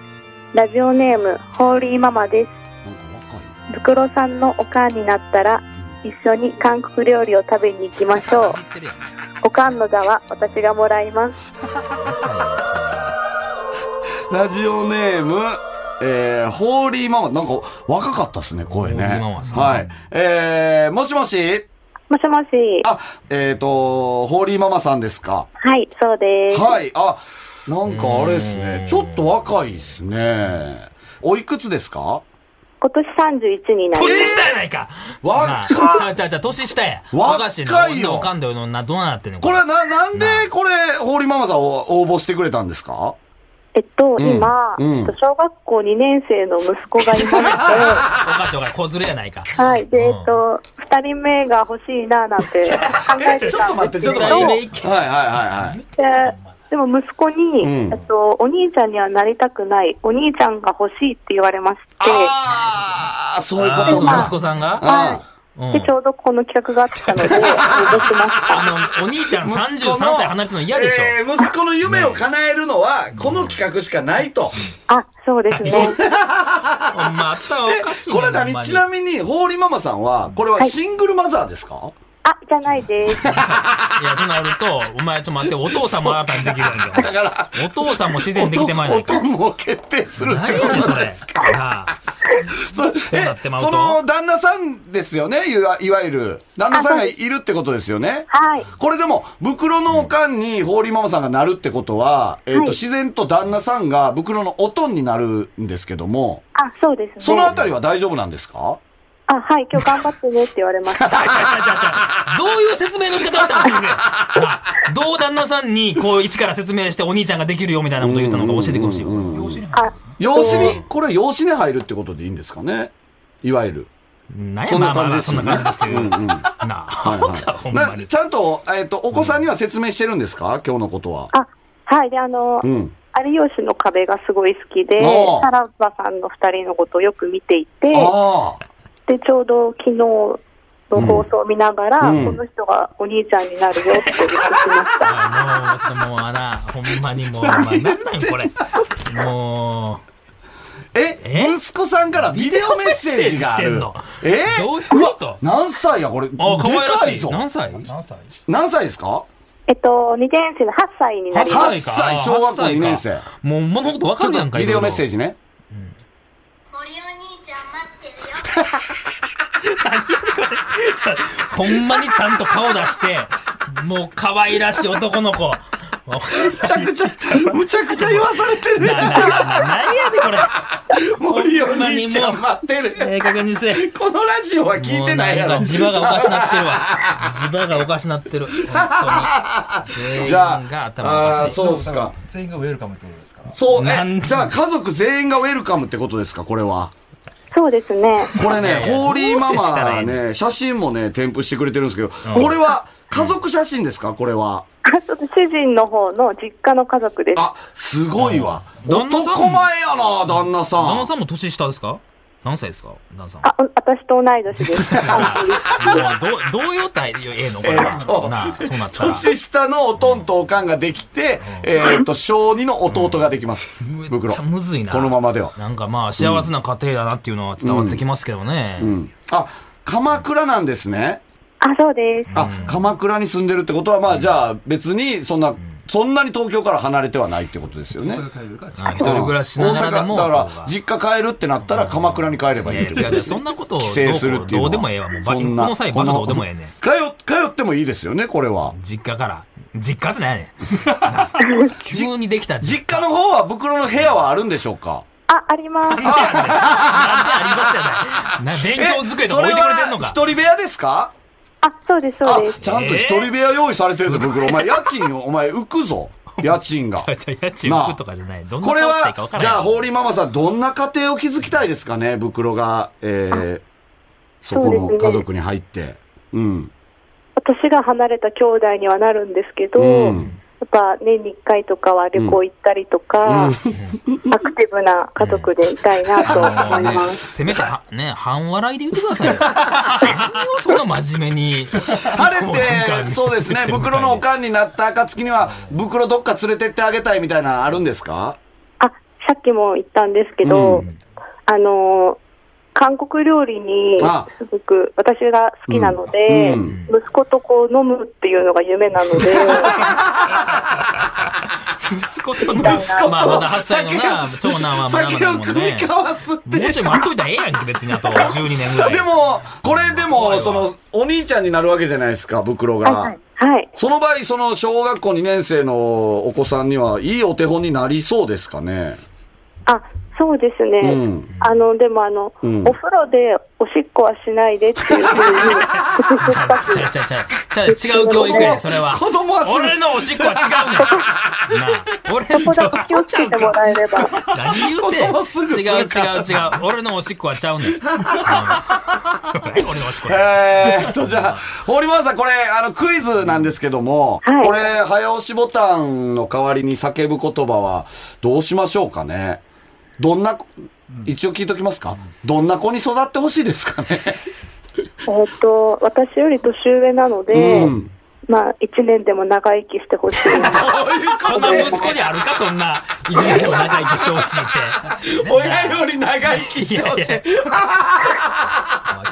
[SPEAKER 6] ラジオネームホーリーママです
[SPEAKER 3] なんか若い
[SPEAKER 6] 袋さんのおかんになったら一緒に韓国料理を食べに行きましょ う
[SPEAKER 2] 知ってるやん
[SPEAKER 6] おかんの座は私がもらいます
[SPEAKER 3] ラジオネーム、えー、ホーリーママ、なんか若かったっすね、声ね。
[SPEAKER 2] ホーリーママさん
[SPEAKER 3] はい。えー、もしもし、
[SPEAKER 6] もしもし
[SPEAKER 3] あ、えっ、ー、と、ホーリーママさんですか。
[SPEAKER 6] はいそうです
[SPEAKER 3] はい、あ、なんかあれですね、ちょっと若いですね。おいくつですか
[SPEAKER 6] 今年31になり
[SPEAKER 2] 年下やないか
[SPEAKER 3] 若っ
[SPEAKER 2] なあちゃうちゃうちゃう、年下や。
[SPEAKER 3] 若
[SPEAKER 2] お
[SPEAKER 3] いよ
[SPEAKER 2] かしいな。女おかんだよ。な、どうなってんの
[SPEAKER 3] これはな、なんでこれ、ホーリーママさんを応募してくれたんですか
[SPEAKER 6] えっと、
[SPEAKER 3] うん
[SPEAKER 6] 今、
[SPEAKER 3] うん
[SPEAKER 6] 小学校2年生の息子がいま して、
[SPEAKER 2] おかしいおかしい。子連れやないか。
[SPEAKER 6] はい、で、
[SPEAKER 2] うん
[SPEAKER 6] えっと、2人目が欲しいななんて考 えてたんですけど、
[SPEAKER 2] ちょっと待って二人目いけ
[SPEAKER 3] はいはいはいはい。
[SPEAKER 6] ででも息子に、
[SPEAKER 3] うん
[SPEAKER 6] えっと、お兄ちゃんにはなりたくない、お兄ちゃんが欲しいって言われまして、
[SPEAKER 3] ああ、そういうこ
[SPEAKER 2] あー
[SPEAKER 3] と
[SPEAKER 2] その
[SPEAKER 3] か。
[SPEAKER 2] 息子さんが
[SPEAKER 3] うん
[SPEAKER 2] うん
[SPEAKER 6] で、ちょうどこの企画があっ たので、応募しました。
[SPEAKER 2] あの、お兄ちゃん33
[SPEAKER 3] 息子の
[SPEAKER 2] 歳離れてるの嫌でしょ。
[SPEAKER 3] えー息子の夢を叶えるのは、この企画しかないと。
[SPEAKER 6] あ、そうですね。
[SPEAKER 2] ほんまあったらおかしい
[SPEAKER 3] これ何ちなみに、ホーリーママさんは、これはシングルマザーですか
[SPEAKER 6] あ、じゃないです。
[SPEAKER 2] に。いや、となると、お前ちょっと待って、お父さんも新たにできるやんけ。
[SPEAKER 3] だから、
[SPEAKER 2] お父さんも自然できてまいない
[SPEAKER 3] 音
[SPEAKER 2] か。
[SPEAKER 3] 音も決定するって
[SPEAKER 2] 何
[SPEAKER 3] こ
[SPEAKER 2] やねん、そ
[SPEAKER 3] と
[SPEAKER 2] れ
[SPEAKER 3] です。
[SPEAKER 2] なあ
[SPEAKER 3] そ
[SPEAKER 2] う
[SPEAKER 3] うえ
[SPEAKER 2] なってまうと
[SPEAKER 3] その旦那さんですよねいわいわゆる。旦那さんがいるってことですよね。
[SPEAKER 6] はい。
[SPEAKER 3] これでも、袋のおかんに、ホーリーママさんがなるってことは、えっ、
[SPEAKER 6] は
[SPEAKER 3] と、
[SPEAKER 6] い
[SPEAKER 3] 自然と旦那さんが袋のおとんになるんですけども、
[SPEAKER 6] あ、そうですね。
[SPEAKER 3] そのあたりは大丈夫なんですか
[SPEAKER 6] あ、はい、今日頑張ってねって言われました。
[SPEAKER 2] ちゃうちゃうちゃうちゃうちゃうどういう説明の仕方をしたのそれねなあどう旦那さんに、こう、一から説明してお兄ちゃんができるよみたいなこと言ったのか教えてほしいよ。
[SPEAKER 4] 養子に入る
[SPEAKER 6] あ
[SPEAKER 4] んですね。
[SPEAKER 3] 養子に、これは養子に入るってことでいいんですかねいわゆる。
[SPEAKER 2] なんや、
[SPEAKER 3] そん
[SPEAKER 2] ま
[SPEAKER 3] な
[SPEAKER 2] あまあ
[SPEAKER 3] 感じ
[SPEAKER 2] まあ、
[SPEAKER 3] で
[SPEAKER 2] そ
[SPEAKER 3] す
[SPEAKER 2] んな感じですけ
[SPEAKER 3] よね
[SPEAKER 2] ど。
[SPEAKER 3] うんうん
[SPEAKER 2] なあ、ほんじゃ、ほんま
[SPEAKER 3] な
[SPEAKER 2] に。
[SPEAKER 3] ちゃんと、えっ、と、お子さんには説明してるんですか今日のことは。
[SPEAKER 6] あ、はい、で、あの、
[SPEAKER 3] うん。
[SPEAKER 6] 有吉の壁がすごい好きで
[SPEAKER 3] おー、
[SPEAKER 6] さらばさんの二人のことをよく見ていて、
[SPEAKER 3] ああ。
[SPEAKER 6] で、ちょうど昨日の放送を見ながら、
[SPEAKER 3] うん
[SPEAKER 6] この人がお兄ちゃんになるよって言ってきました。
[SPEAKER 2] あもう、ちょっともうな、ほんまにもう、お前、なんなんこれ。もう。
[SPEAKER 3] え
[SPEAKER 2] え
[SPEAKER 3] 息子さんからビデオメッセージがあ
[SPEAKER 2] ビデ
[SPEAKER 3] る
[SPEAKER 2] オメッ。
[SPEAKER 3] え
[SPEAKER 2] どういうこと
[SPEAKER 3] わ何歳やこれ。で
[SPEAKER 2] あ、可愛ら
[SPEAKER 3] か
[SPEAKER 2] しい。
[SPEAKER 3] いぞ。
[SPEAKER 2] 何歳
[SPEAKER 4] 何歳
[SPEAKER 3] 何歳ですか
[SPEAKER 6] えっと、二年生の8歳になります。
[SPEAKER 3] 八歳小学校二年生。
[SPEAKER 2] もう、もうほんとわ
[SPEAKER 3] ち
[SPEAKER 2] か
[SPEAKER 3] ょっ
[SPEAKER 2] るやん
[SPEAKER 3] と
[SPEAKER 2] か、
[SPEAKER 3] ビデオメッセー
[SPEAKER 2] ジ。
[SPEAKER 3] ジね。
[SPEAKER 7] 森お兄ちゃん待ってるよ。
[SPEAKER 2] ほんまにちゃんと顔出して、もう可愛らしい男の子。
[SPEAKER 3] むちゃくちゃ、むちゃくちゃ言わされてる
[SPEAKER 2] な、な、な、な、何やねんこれ。
[SPEAKER 3] 森お
[SPEAKER 2] ほんまに
[SPEAKER 3] 兄ちゃん
[SPEAKER 2] も
[SPEAKER 3] 待ってる。
[SPEAKER 2] う、ええ加減にせえ。
[SPEAKER 3] このラジオは聞いてないや
[SPEAKER 2] もう
[SPEAKER 3] ろ。
[SPEAKER 2] んか磁場がおかしなってるわ。磁場がおかしなってる。本当に。全員
[SPEAKER 3] じゃ
[SPEAKER 2] が
[SPEAKER 3] あ、
[SPEAKER 2] 頭お
[SPEAKER 3] あ
[SPEAKER 2] か
[SPEAKER 3] ー
[SPEAKER 2] しい。
[SPEAKER 3] そうっす
[SPEAKER 4] だ。
[SPEAKER 3] から
[SPEAKER 4] 全員がウェルカムってことですから。
[SPEAKER 3] そう、
[SPEAKER 2] なん
[SPEAKER 3] え、じゃあ家族全員がウェルカムってことですか、これは。
[SPEAKER 6] そうですね。
[SPEAKER 3] これね、ホーリーマ
[SPEAKER 2] どう接した
[SPEAKER 3] マ
[SPEAKER 2] らええ
[SPEAKER 3] はね、写真もね、添付してくれてるんですけど、これは家族写真ですか、これは。
[SPEAKER 6] あちょっと主人の方の実家の家族です。
[SPEAKER 3] あ、すごいわ。
[SPEAKER 2] うん旦那さん
[SPEAKER 3] 男前やな、旦那さ
[SPEAKER 2] 旦那
[SPEAKER 3] ん。
[SPEAKER 2] さんも年下ですか何歳ですか旦那さん。
[SPEAKER 6] あ、うん私と同い年です。 あ
[SPEAKER 2] もうどう、どういう体でええのこれは。
[SPEAKER 3] えっと
[SPEAKER 2] なあ、そうなったら。
[SPEAKER 3] 年下のおとんとおかんができて、えっと、小2の弟ができます。
[SPEAKER 2] めっ
[SPEAKER 3] 袋。
[SPEAKER 2] ちゃむずいな。
[SPEAKER 3] このままでは。
[SPEAKER 2] なんかまあ、幸せな家庭だなっていうのは伝わってきますけどね。
[SPEAKER 3] うん。あ、鎌倉なんですね。
[SPEAKER 6] あ、そうです。
[SPEAKER 3] あ、鎌倉に住んでるってことは、まあ、じゃあ別に、そんな、そんなに東京から離れてはないってことですよね
[SPEAKER 4] そ。れが帰るか、
[SPEAKER 2] あ一人暮らししながらでも。
[SPEAKER 3] 大阪だから実家帰るってなったら鎌倉に帰ればいいってこと
[SPEAKER 2] 違う違う、そんなことをど
[SPEAKER 3] 帰省す
[SPEAKER 2] う
[SPEAKER 3] る
[SPEAKER 2] こ
[SPEAKER 3] っ
[SPEAKER 2] う
[SPEAKER 3] てい
[SPEAKER 2] ど
[SPEAKER 3] うのは
[SPEAKER 2] うでもええわ。もうば、こ
[SPEAKER 3] そんな
[SPEAKER 2] の際、バカどうでもええねん。
[SPEAKER 3] 通通ってもいいですよねこれは
[SPEAKER 2] 実家から。実家ってなんやねん。 急にできた実
[SPEAKER 3] 実家の方は袋の部屋はあるんでしょうか
[SPEAKER 6] あ、あります。
[SPEAKER 2] なんでありますよね。な勉強机とか置いてくれてんの
[SPEAKER 3] え
[SPEAKER 2] か。
[SPEAKER 3] それは一人部屋ですか
[SPEAKER 6] あ、そうです、
[SPEAKER 3] あ
[SPEAKER 6] そうです。
[SPEAKER 3] ちゃんと一人部屋用意されてるぞ袋お前家賃お前浮くぞ家賃が
[SPEAKER 2] ちょちょ家賃浮くとかじゃない。どんな
[SPEAKER 3] こ
[SPEAKER 2] 顔
[SPEAKER 3] れ
[SPEAKER 2] したいか分
[SPEAKER 3] は
[SPEAKER 2] から
[SPEAKER 3] じ
[SPEAKER 2] ない。
[SPEAKER 3] ゃあホーリーママさんどんな家庭を築きたいですかね袋がえー、そこ
[SPEAKER 6] そう
[SPEAKER 3] の
[SPEAKER 6] ですね
[SPEAKER 3] 家族に入ってうん
[SPEAKER 6] 私が離れた兄弟にはなるんですけど、
[SPEAKER 3] うん
[SPEAKER 6] やっぱ年に1回とかは旅行行ったりとか、アクティブな家族でいたいなと
[SPEAKER 2] あ
[SPEAKER 6] 思い
[SPEAKER 2] のね、
[SPEAKER 6] ます。
[SPEAKER 2] せめては、ね、半笑いで言ってくだ さいよ。何をそんな真面目に。
[SPEAKER 3] 晴
[SPEAKER 2] こうなんか
[SPEAKER 3] れ て、そうですね、袋のおかんになった暁には、袋どっか連れてってあげたいみたいなのあるんですか
[SPEAKER 6] あ、さっきも言ったんですけど、
[SPEAKER 3] う
[SPEAKER 6] あのー韓国料理に
[SPEAKER 3] あ
[SPEAKER 6] すごく私が好きなので、
[SPEAKER 3] うん
[SPEAKER 6] 息子とこう飲むっていうのが夢 なので、
[SPEAKER 2] 息子との、まあ、まだ8歳のな、長男はまだま
[SPEAKER 3] 酒
[SPEAKER 2] だ
[SPEAKER 3] を
[SPEAKER 2] もん
[SPEAKER 3] 組み
[SPEAKER 2] ね。
[SPEAKER 3] 交わすって。
[SPEAKER 2] もうちょい待っといたらええやんけ、別にあと12年ぐらい。
[SPEAKER 3] でも、これで
[SPEAKER 2] 怖い
[SPEAKER 3] も、
[SPEAKER 2] わ
[SPEAKER 3] その、お兄ちゃんになるわけじゃないですか、袋が。
[SPEAKER 6] はい、
[SPEAKER 3] その場合、その、小学校2年生のお子さんには、いいお手本になりそうですかね。
[SPEAKER 6] あ、そうですね。
[SPEAKER 3] うん
[SPEAKER 6] あの、でもあの、
[SPEAKER 3] うん
[SPEAKER 6] お風呂でおしっこはしないでって いうふうに、
[SPEAKER 2] ちゃうちゃうちゃうちゃう違う教育やねんそれは。
[SPEAKER 3] 子供はする
[SPEAKER 2] 俺のおしっこは違うねん。なあ、俺
[SPEAKER 6] そこ
[SPEAKER 2] の
[SPEAKER 6] だけ気をつけてもらえれば。
[SPEAKER 2] 何言うてん
[SPEAKER 3] 子供すぐす
[SPEAKER 2] 違
[SPEAKER 3] る
[SPEAKER 2] う
[SPEAKER 3] から
[SPEAKER 2] 違う違う。俺のおしっこはちゃうねん。うん俺のおしっこは。
[SPEAKER 3] えーっと、じゃあ、堀本さん、これ、あの、クイズなんですけども、
[SPEAKER 6] はい
[SPEAKER 3] これ、早押しボタンの代わりに叫ぶ言葉は、どうしましょうかね。 どんな、一応聞いときますか。どんな子に育ってほしいですかね。
[SPEAKER 6] えっと、私より年上なので、
[SPEAKER 3] うん
[SPEAKER 6] まあ、一年でも長生きしてほ しい。
[SPEAKER 2] そんな息子にあるか、そんな。いじめでも長生きしてほしいって。
[SPEAKER 3] 親より長生きしてほしい
[SPEAKER 2] いやいわ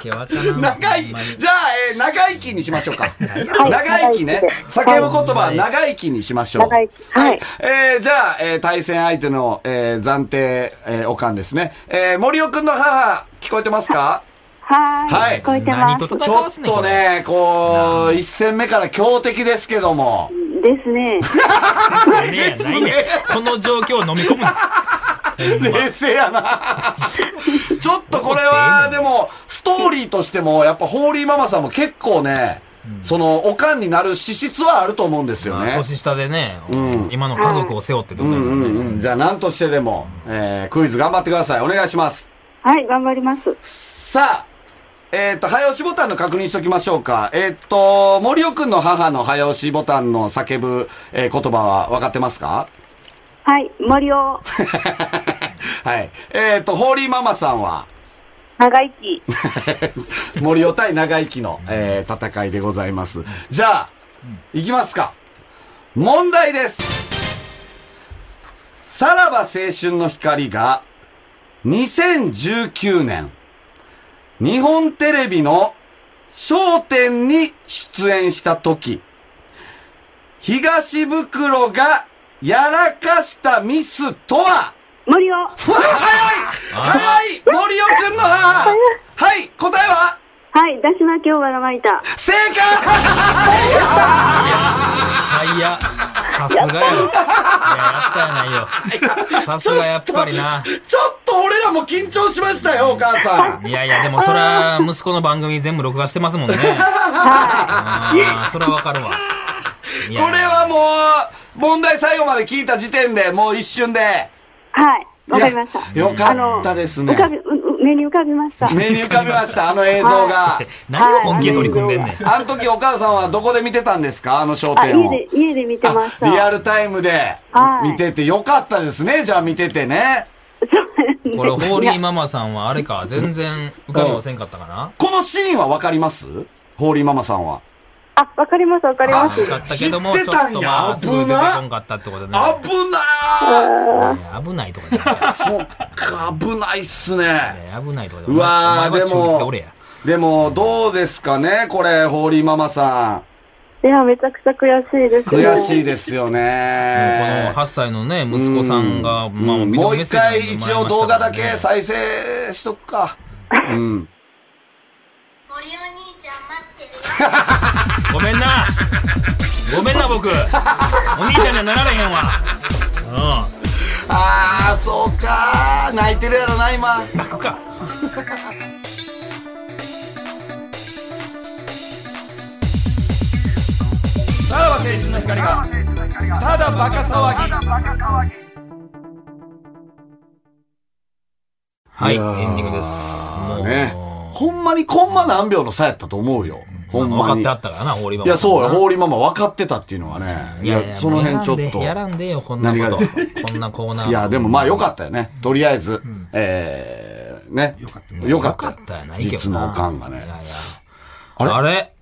[SPEAKER 2] けわからん
[SPEAKER 3] 長生
[SPEAKER 2] ほんまに
[SPEAKER 3] きじゃあ、えー長生きにしましょうか。
[SPEAKER 6] い
[SPEAKER 3] 長生きね。叫ぶ言葉は長生きにしましょう。
[SPEAKER 6] 長生き。はい。
[SPEAKER 3] えーじゃあ、えー対戦相手の、えー暫定、えー、おかんですね。えー森尾くんの母、聞こえてますか
[SPEAKER 6] はーい。
[SPEAKER 3] はい
[SPEAKER 6] 聞こえて
[SPEAKER 2] 何
[SPEAKER 6] ます
[SPEAKER 2] と。
[SPEAKER 3] ち
[SPEAKER 2] 戦い
[SPEAKER 3] ょ
[SPEAKER 2] ま
[SPEAKER 3] っ
[SPEAKER 2] すね。
[SPEAKER 3] とね、こう、一戦目から強敵ですけども。
[SPEAKER 6] ですね。
[SPEAKER 2] これ。ねないねこの状況を飲み込むな。
[SPEAKER 3] 冷静や な。ちょっとこれは、でも、ストーリーとしても、やっぱ、ホーリーママさんも結構ね、その、おかんになる資質はあると思うんですよ
[SPEAKER 2] まあ
[SPEAKER 3] ね。
[SPEAKER 2] 年下でね、今の家族を背負ってってこ
[SPEAKER 3] う
[SPEAKER 2] とだ
[SPEAKER 3] ん
[SPEAKER 2] か
[SPEAKER 3] う
[SPEAKER 2] らね。
[SPEAKER 3] んうん。じゃあ、なんとしてでも、えー、クイズ頑張ってください。お願いします。
[SPEAKER 6] はい、頑張ります。
[SPEAKER 3] さあ、えっ、と、早押しボタンの確認しときましょうか。えっ、と、森尾くんの母の早押しボタンの叫ぶ、えー言葉は分かってますか
[SPEAKER 6] はい、森を
[SPEAKER 3] はい。えっ、と、ホーリーママさんは、
[SPEAKER 6] 長生き。
[SPEAKER 3] 森尾対長生きの、えー戦いでございます。じゃあ、いきますか。問題です。さらば青春の光が、2019年、日本テレビの焦点に出演した時、東袋がやらかしたミスとは、
[SPEAKER 6] 森を
[SPEAKER 3] はいはい森尾くんの母はい答えは
[SPEAKER 6] はい、出島京ばらまいた。
[SPEAKER 3] 正解
[SPEAKER 2] はいや、さすがや。いや、やったやないよ。さすがやっぱりな。
[SPEAKER 3] ちょっと俺らも緊張しましたよ、お母さん。
[SPEAKER 2] いやいや、でもそれは息子の番組全部録画してますもん ね。ああ、それはわかるわ。いや
[SPEAKER 3] これはもう、問題最後まで聞いた時点で、もう一瞬で。
[SPEAKER 6] はい、わかりました。
[SPEAKER 3] いやよかったですね
[SPEAKER 6] 浮。かび、うう目に浮かびました。
[SPEAKER 3] 目に浮かびました、あの映像が。
[SPEAKER 2] 何を本気で取り組んでんねん。
[SPEAKER 3] あの時お母さんはどこで見てたんですかあの商
[SPEAKER 6] あ、
[SPEAKER 3] 店
[SPEAKER 6] 家
[SPEAKER 3] を。
[SPEAKER 6] で、家で見てました。
[SPEAKER 3] リアルタイムで
[SPEAKER 6] はい
[SPEAKER 3] 見ててよかったですね、じゃあ見ててね。
[SPEAKER 6] そう
[SPEAKER 2] これ、
[SPEAKER 6] な
[SPEAKER 2] ホ
[SPEAKER 6] んです。
[SPEAKER 2] ーリーママさんはあれか、全然浮かびませんかったかな。
[SPEAKER 3] このシーンはわかりますホーリーママさんは。
[SPEAKER 6] あ、わかります、わかりま
[SPEAKER 2] あ
[SPEAKER 6] す
[SPEAKER 2] よ。かったけども、
[SPEAKER 3] 知
[SPEAKER 2] ち
[SPEAKER 3] っ
[SPEAKER 2] ょ
[SPEAKER 3] てたんや
[SPEAKER 2] っとまあ、すぐ出てこんかったってことね。
[SPEAKER 3] 危なー
[SPEAKER 2] いや危ないとかじゃない
[SPEAKER 3] そっか、危ないっすね。
[SPEAKER 2] いや危ないとかじゃないう
[SPEAKER 3] わ
[SPEAKER 2] お前は
[SPEAKER 3] ー、で
[SPEAKER 2] 中立でおれ
[SPEAKER 3] も
[SPEAKER 2] や。、
[SPEAKER 3] でも、どうですかねこれ、ホーリーママさん。
[SPEAKER 6] いや、めちゃくちゃ悔しいです、
[SPEAKER 3] 悔しいですよ
[SPEAKER 2] この
[SPEAKER 3] ね。
[SPEAKER 2] 8歳のね、息子さんが、まあ、ビデ
[SPEAKER 3] も
[SPEAKER 2] オ
[SPEAKER 3] う
[SPEAKER 2] メッ
[SPEAKER 3] 一
[SPEAKER 2] セージ
[SPEAKER 3] 回
[SPEAKER 2] なん
[SPEAKER 3] 一
[SPEAKER 2] か
[SPEAKER 3] 応
[SPEAKER 2] も
[SPEAKER 3] 動
[SPEAKER 2] ら
[SPEAKER 3] 画
[SPEAKER 2] いましたから
[SPEAKER 3] だけ
[SPEAKER 2] ね
[SPEAKER 3] 再生しとくか。う
[SPEAKER 7] 森お
[SPEAKER 3] ん。
[SPEAKER 7] 兄ちゃん待ってるよ
[SPEAKER 2] ごめんなごめんな、僕。お兄ちゃんにはなられへんわ。
[SPEAKER 3] あー、そうか泣いてるやろな、今。
[SPEAKER 2] うん。くか。
[SPEAKER 3] さらば青春の光が、ただバカ騒ぎ。
[SPEAKER 2] はい、エ
[SPEAKER 3] やー
[SPEAKER 2] ンディングです。もう、
[SPEAKER 3] ね。ほんまにコンマ何秒の差やったと思うよ。ほん
[SPEAKER 2] 分か
[SPEAKER 3] ま
[SPEAKER 2] っ
[SPEAKER 3] に。い
[SPEAKER 2] てあったからな、ホーリーママ
[SPEAKER 3] や、
[SPEAKER 2] さん
[SPEAKER 3] そうよ。
[SPEAKER 2] は
[SPEAKER 3] ホーリーママ分かってたっていうのはね。い
[SPEAKER 2] いやいや、
[SPEAKER 3] や、その辺ちょっと。
[SPEAKER 2] やらんでやらんでよ、こんな
[SPEAKER 3] 何
[SPEAKER 2] こ
[SPEAKER 3] が
[SPEAKER 2] と
[SPEAKER 3] です。
[SPEAKER 2] こんなコーナー。
[SPEAKER 3] いや、でもまあ良かったよね。とりあえず。えー、ね。良かった。良か
[SPEAKER 2] よ
[SPEAKER 3] った
[SPEAKER 2] か
[SPEAKER 3] よ
[SPEAKER 2] ったやないけどな。
[SPEAKER 3] 実のおかんが
[SPEAKER 2] い
[SPEAKER 3] ね。
[SPEAKER 2] やいや。
[SPEAKER 3] あ
[SPEAKER 2] あ
[SPEAKER 3] れ
[SPEAKER 2] れ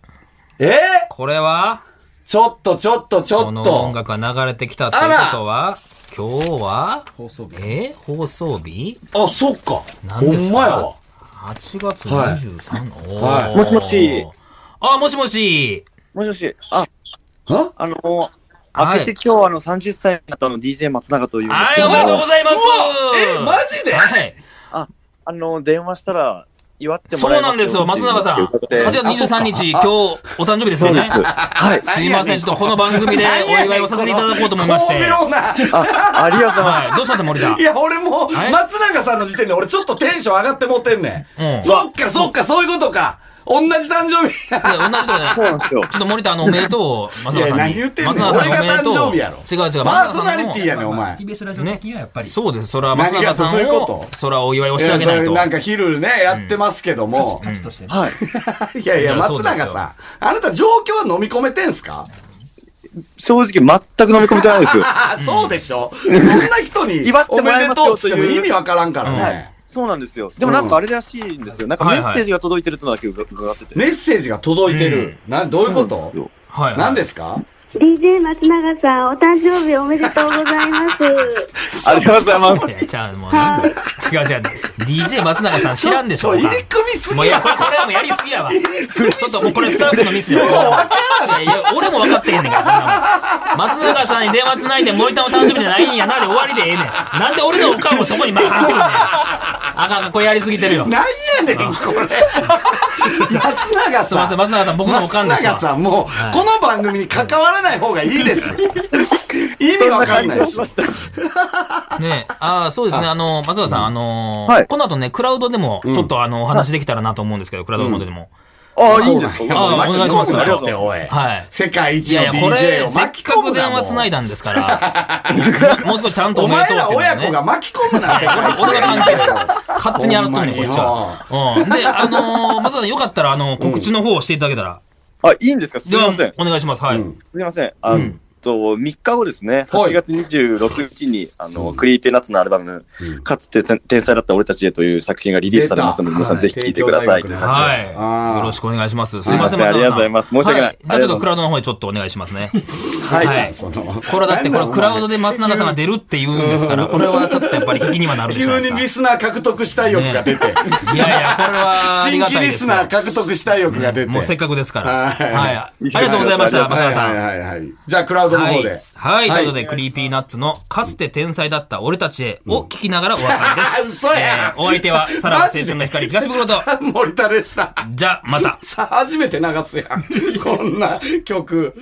[SPEAKER 3] えー
[SPEAKER 2] これは
[SPEAKER 3] ちょっとちょっとち
[SPEAKER 2] こ
[SPEAKER 3] ょっ
[SPEAKER 2] の
[SPEAKER 3] と
[SPEAKER 2] 音。楽が流れてきたということは、今日は、放送日え放送日
[SPEAKER 3] あ、そっか。
[SPEAKER 2] 何
[SPEAKER 3] ほ
[SPEAKER 2] ですか
[SPEAKER 3] んまやわ。
[SPEAKER 2] ?8 月
[SPEAKER 3] はい
[SPEAKER 2] 23日、
[SPEAKER 3] はい
[SPEAKER 8] もしもし。
[SPEAKER 2] あ、もしもし。
[SPEAKER 8] もしもし、あ、
[SPEAKER 3] ん
[SPEAKER 8] あのー、
[SPEAKER 2] はい
[SPEAKER 8] 明けて今日あの30歳になったあの DJ 松永というんです
[SPEAKER 2] は
[SPEAKER 8] け
[SPEAKER 2] い、
[SPEAKER 8] ど
[SPEAKER 2] おめでとうございます。
[SPEAKER 3] うわえマジで
[SPEAKER 2] はい。
[SPEAKER 8] あのー、電話したら祝っても
[SPEAKER 2] そ
[SPEAKER 8] ら
[SPEAKER 2] う
[SPEAKER 8] えま
[SPEAKER 2] なん
[SPEAKER 8] すよ
[SPEAKER 2] ですよ、松永さん。
[SPEAKER 8] って言
[SPEAKER 2] 8
[SPEAKER 8] って
[SPEAKER 2] 月23日、今日、お誕生日です
[SPEAKER 8] そ
[SPEAKER 2] よ
[SPEAKER 8] うで
[SPEAKER 2] ね
[SPEAKER 8] す。。はい。
[SPEAKER 2] すいません、ちょっとこの番組でお祝いをさせていただこうと思いまして。
[SPEAKER 3] 巧妙な。
[SPEAKER 8] あ、ありがとうござ
[SPEAKER 2] はい、
[SPEAKER 8] います。
[SPEAKER 2] どうしました、森田
[SPEAKER 3] い。や、俺もう、
[SPEAKER 2] はい
[SPEAKER 3] 松永さんの時点で俺ちょっとテンション上がってもうてんね
[SPEAKER 2] うん
[SPEAKER 3] ん。そっかそっか、そういうことか。同じ誕生日。
[SPEAKER 2] いや、同じとこじ ゃない。
[SPEAKER 8] そうなんですよ
[SPEAKER 2] ちょっと森田、あの、おめでとうを、松
[SPEAKER 3] い
[SPEAKER 2] 永
[SPEAKER 3] や
[SPEAKER 2] さん
[SPEAKER 3] 何
[SPEAKER 2] に。
[SPEAKER 3] 言ってんねん
[SPEAKER 2] 松永さんのおめでとうを。
[SPEAKER 3] 俺が誕生日やろ
[SPEAKER 2] 違う違う。
[SPEAKER 3] パーソナリティやねん、
[SPEAKER 4] まあ
[SPEAKER 3] お
[SPEAKER 4] まあ
[SPEAKER 3] 前。
[SPEAKER 4] TBS ラジオ的にはやっぱり。
[SPEAKER 2] そうです、それは松
[SPEAKER 3] 何が
[SPEAKER 2] 永さん
[SPEAKER 3] そういうこ
[SPEAKER 2] を、それはお祝いをしてあげない
[SPEAKER 3] いや
[SPEAKER 2] と。
[SPEAKER 3] それなんか昼ね、やってますけども。
[SPEAKER 4] 価値としてね。
[SPEAKER 8] はい。
[SPEAKER 3] いやいや、
[SPEAKER 2] いやそ
[SPEAKER 3] 松
[SPEAKER 2] うですよ
[SPEAKER 3] 永さん。あなた状況は飲み込めてんすか
[SPEAKER 8] 正直全く飲み込み てないです。
[SPEAKER 3] ああ、そうでしょ。そんな人に
[SPEAKER 8] 祝っ、て
[SPEAKER 3] お
[SPEAKER 8] もら
[SPEAKER 3] めで
[SPEAKER 8] えます
[SPEAKER 3] とう
[SPEAKER 8] よ
[SPEAKER 3] って言
[SPEAKER 8] という
[SPEAKER 3] っても意味わからんからね。
[SPEAKER 8] そうなんですよ。でもなんかあれらしいんですよ。なんかメッセージが届いてるとだけ伺ってて。
[SPEAKER 3] メッセージが届いてる。なん、どういうこと
[SPEAKER 8] そうなんですよ
[SPEAKER 2] はい、はい。
[SPEAKER 3] 何ですか
[SPEAKER 5] DJ 松永さん、お誕生日おめでとうございます。
[SPEAKER 8] ありがとうござい
[SPEAKER 2] い
[SPEAKER 8] ます。
[SPEAKER 2] や、じゃあ もう、違う違う。DJ 松永さん知らんでしょう
[SPEAKER 3] ちょ
[SPEAKER 2] か
[SPEAKER 3] 入り組みす
[SPEAKER 2] もう
[SPEAKER 3] ぎ
[SPEAKER 2] いや、
[SPEAKER 3] や
[SPEAKER 2] これ、これはもうやりすぎやわ。ちょっともうこれスタッフのミスよ。いやいや、俺も分かってへんねんから、こんなもん松永さんに電話つないで森田の誕生日じゃないんやなで終わりでええねん。なんで俺のおかんもそこに巻き込んでんねん。あかんあかん、これやりすぎてるよ。
[SPEAKER 3] なんやねん、これ。松永
[SPEAKER 2] すいま
[SPEAKER 3] さ
[SPEAKER 2] せん、
[SPEAKER 3] ん。
[SPEAKER 2] 松永さん、僕のおかんで
[SPEAKER 3] 松
[SPEAKER 2] すわ
[SPEAKER 3] 永。さん、もう、
[SPEAKER 2] はい
[SPEAKER 3] この番組に関わらない方がい いです。意味わかんないし。
[SPEAKER 2] ねああ、そうですね。あの、松田さん、あのー
[SPEAKER 8] はい
[SPEAKER 2] この後ね、クラウドでも、ちょっとあの、お話できたらなと思うんですけど、クラウドの方でも。
[SPEAKER 8] ああ、いいんです
[SPEAKER 3] そう
[SPEAKER 8] か
[SPEAKER 3] だよ
[SPEAKER 2] あーお願いします
[SPEAKER 3] 巻き込むなって、おい。
[SPEAKER 2] はい。
[SPEAKER 3] 世界
[SPEAKER 2] い
[SPEAKER 3] 一
[SPEAKER 2] や
[SPEAKER 3] の
[SPEAKER 2] いや、こ
[SPEAKER 3] DJ
[SPEAKER 2] れ、
[SPEAKER 3] を
[SPEAKER 2] せっ
[SPEAKER 3] 巻き
[SPEAKER 2] か
[SPEAKER 3] 込む
[SPEAKER 2] く
[SPEAKER 3] な。
[SPEAKER 2] 電話つないだんですから、もう少しちゃんと
[SPEAKER 3] お
[SPEAKER 2] おめでと
[SPEAKER 3] 前
[SPEAKER 2] うっていう
[SPEAKER 3] ら
[SPEAKER 2] の
[SPEAKER 3] 親
[SPEAKER 2] は
[SPEAKER 3] 子
[SPEAKER 2] ね
[SPEAKER 3] が。巻き込むな、世界一
[SPEAKER 2] 俺が関係ない
[SPEAKER 3] の。
[SPEAKER 2] 勝手にやるとんねん、こっちは。うん。で、あのー、松田さん、よかったら、あの、告知の方をしていただけたら。
[SPEAKER 8] あ、いいんですかす
[SPEAKER 2] で
[SPEAKER 8] み
[SPEAKER 2] は
[SPEAKER 8] ません。、
[SPEAKER 2] お願いします。はい。
[SPEAKER 3] うん
[SPEAKER 8] すみません。あ
[SPEAKER 2] うん
[SPEAKER 8] と、3日後ですね、
[SPEAKER 3] はい
[SPEAKER 8] 8月26日に、あの、クリーピーナッツのアルバム、
[SPEAKER 3] うん
[SPEAKER 8] かつてせん天才だった俺たちへという作品がリリースされますの
[SPEAKER 3] 出
[SPEAKER 8] で、皆
[SPEAKER 3] た
[SPEAKER 8] さんぜひ聴いてください。
[SPEAKER 3] はいあ
[SPEAKER 2] は
[SPEAKER 3] ー
[SPEAKER 2] い。よろしくお願いします。すいません、松田さん。
[SPEAKER 8] ありがとうございます申し訳ない
[SPEAKER 2] はじゃあ、ちょっと
[SPEAKER 8] ありがとう
[SPEAKER 2] ク
[SPEAKER 8] ございます
[SPEAKER 2] ラウドの方へちょっとお願いしますね。
[SPEAKER 8] はい。
[SPEAKER 2] はい。
[SPEAKER 3] その
[SPEAKER 2] これはだって、こ
[SPEAKER 3] なん
[SPEAKER 2] れ
[SPEAKER 3] だ
[SPEAKER 2] クラウドで松永さんが出るって言うんですから、これはちょっとやっぱり引きにはなるでしょ
[SPEAKER 3] 急
[SPEAKER 2] う
[SPEAKER 3] にリ
[SPEAKER 2] い
[SPEAKER 3] スナー獲得したい欲が出て。
[SPEAKER 2] やいや、これはあり
[SPEAKER 3] 新
[SPEAKER 2] が
[SPEAKER 3] 規
[SPEAKER 2] たい
[SPEAKER 3] リ
[SPEAKER 2] で
[SPEAKER 3] ス
[SPEAKER 2] すよ
[SPEAKER 3] ナー獲得したい欲が出て。
[SPEAKER 2] もうせっかくですから。
[SPEAKER 3] は
[SPEAKER 2] はいい。ありがとうございました、松
[SPEAKER 3] は
[SPEAKER 2] 永
[SPEAKER 3] いは
[SPEAKER 2] さ
[SPEAKER 3] い
[SPEAKER 2] ん。
[SPEAKER 3] はいはい。じゃあ、クラウドの
[SPEAKER 2] は
[SPEAKER 3] 方
[SPEAKER 2] い
[SPEAKER 3] で。。
[SPEAKER 2] はい。
[SPEAKER 3] は
[SPEAKER 2] とい
[SPEAKER 3] い
[SPEAKER 2] うことで、クリーピーナッツの、かつて天才だった俺たちへを聞きながらお別れです。
[SPEAKER 3] うん 嘘や
[SPEAKER 2] えーお相手は、さらば青春の光東袋と、
[SPEAKER 3] 森田でした。
[SPEAKER 2] じゃ、また。
[SPEAKER 3] さあ、初めて流すやん。こんな曲。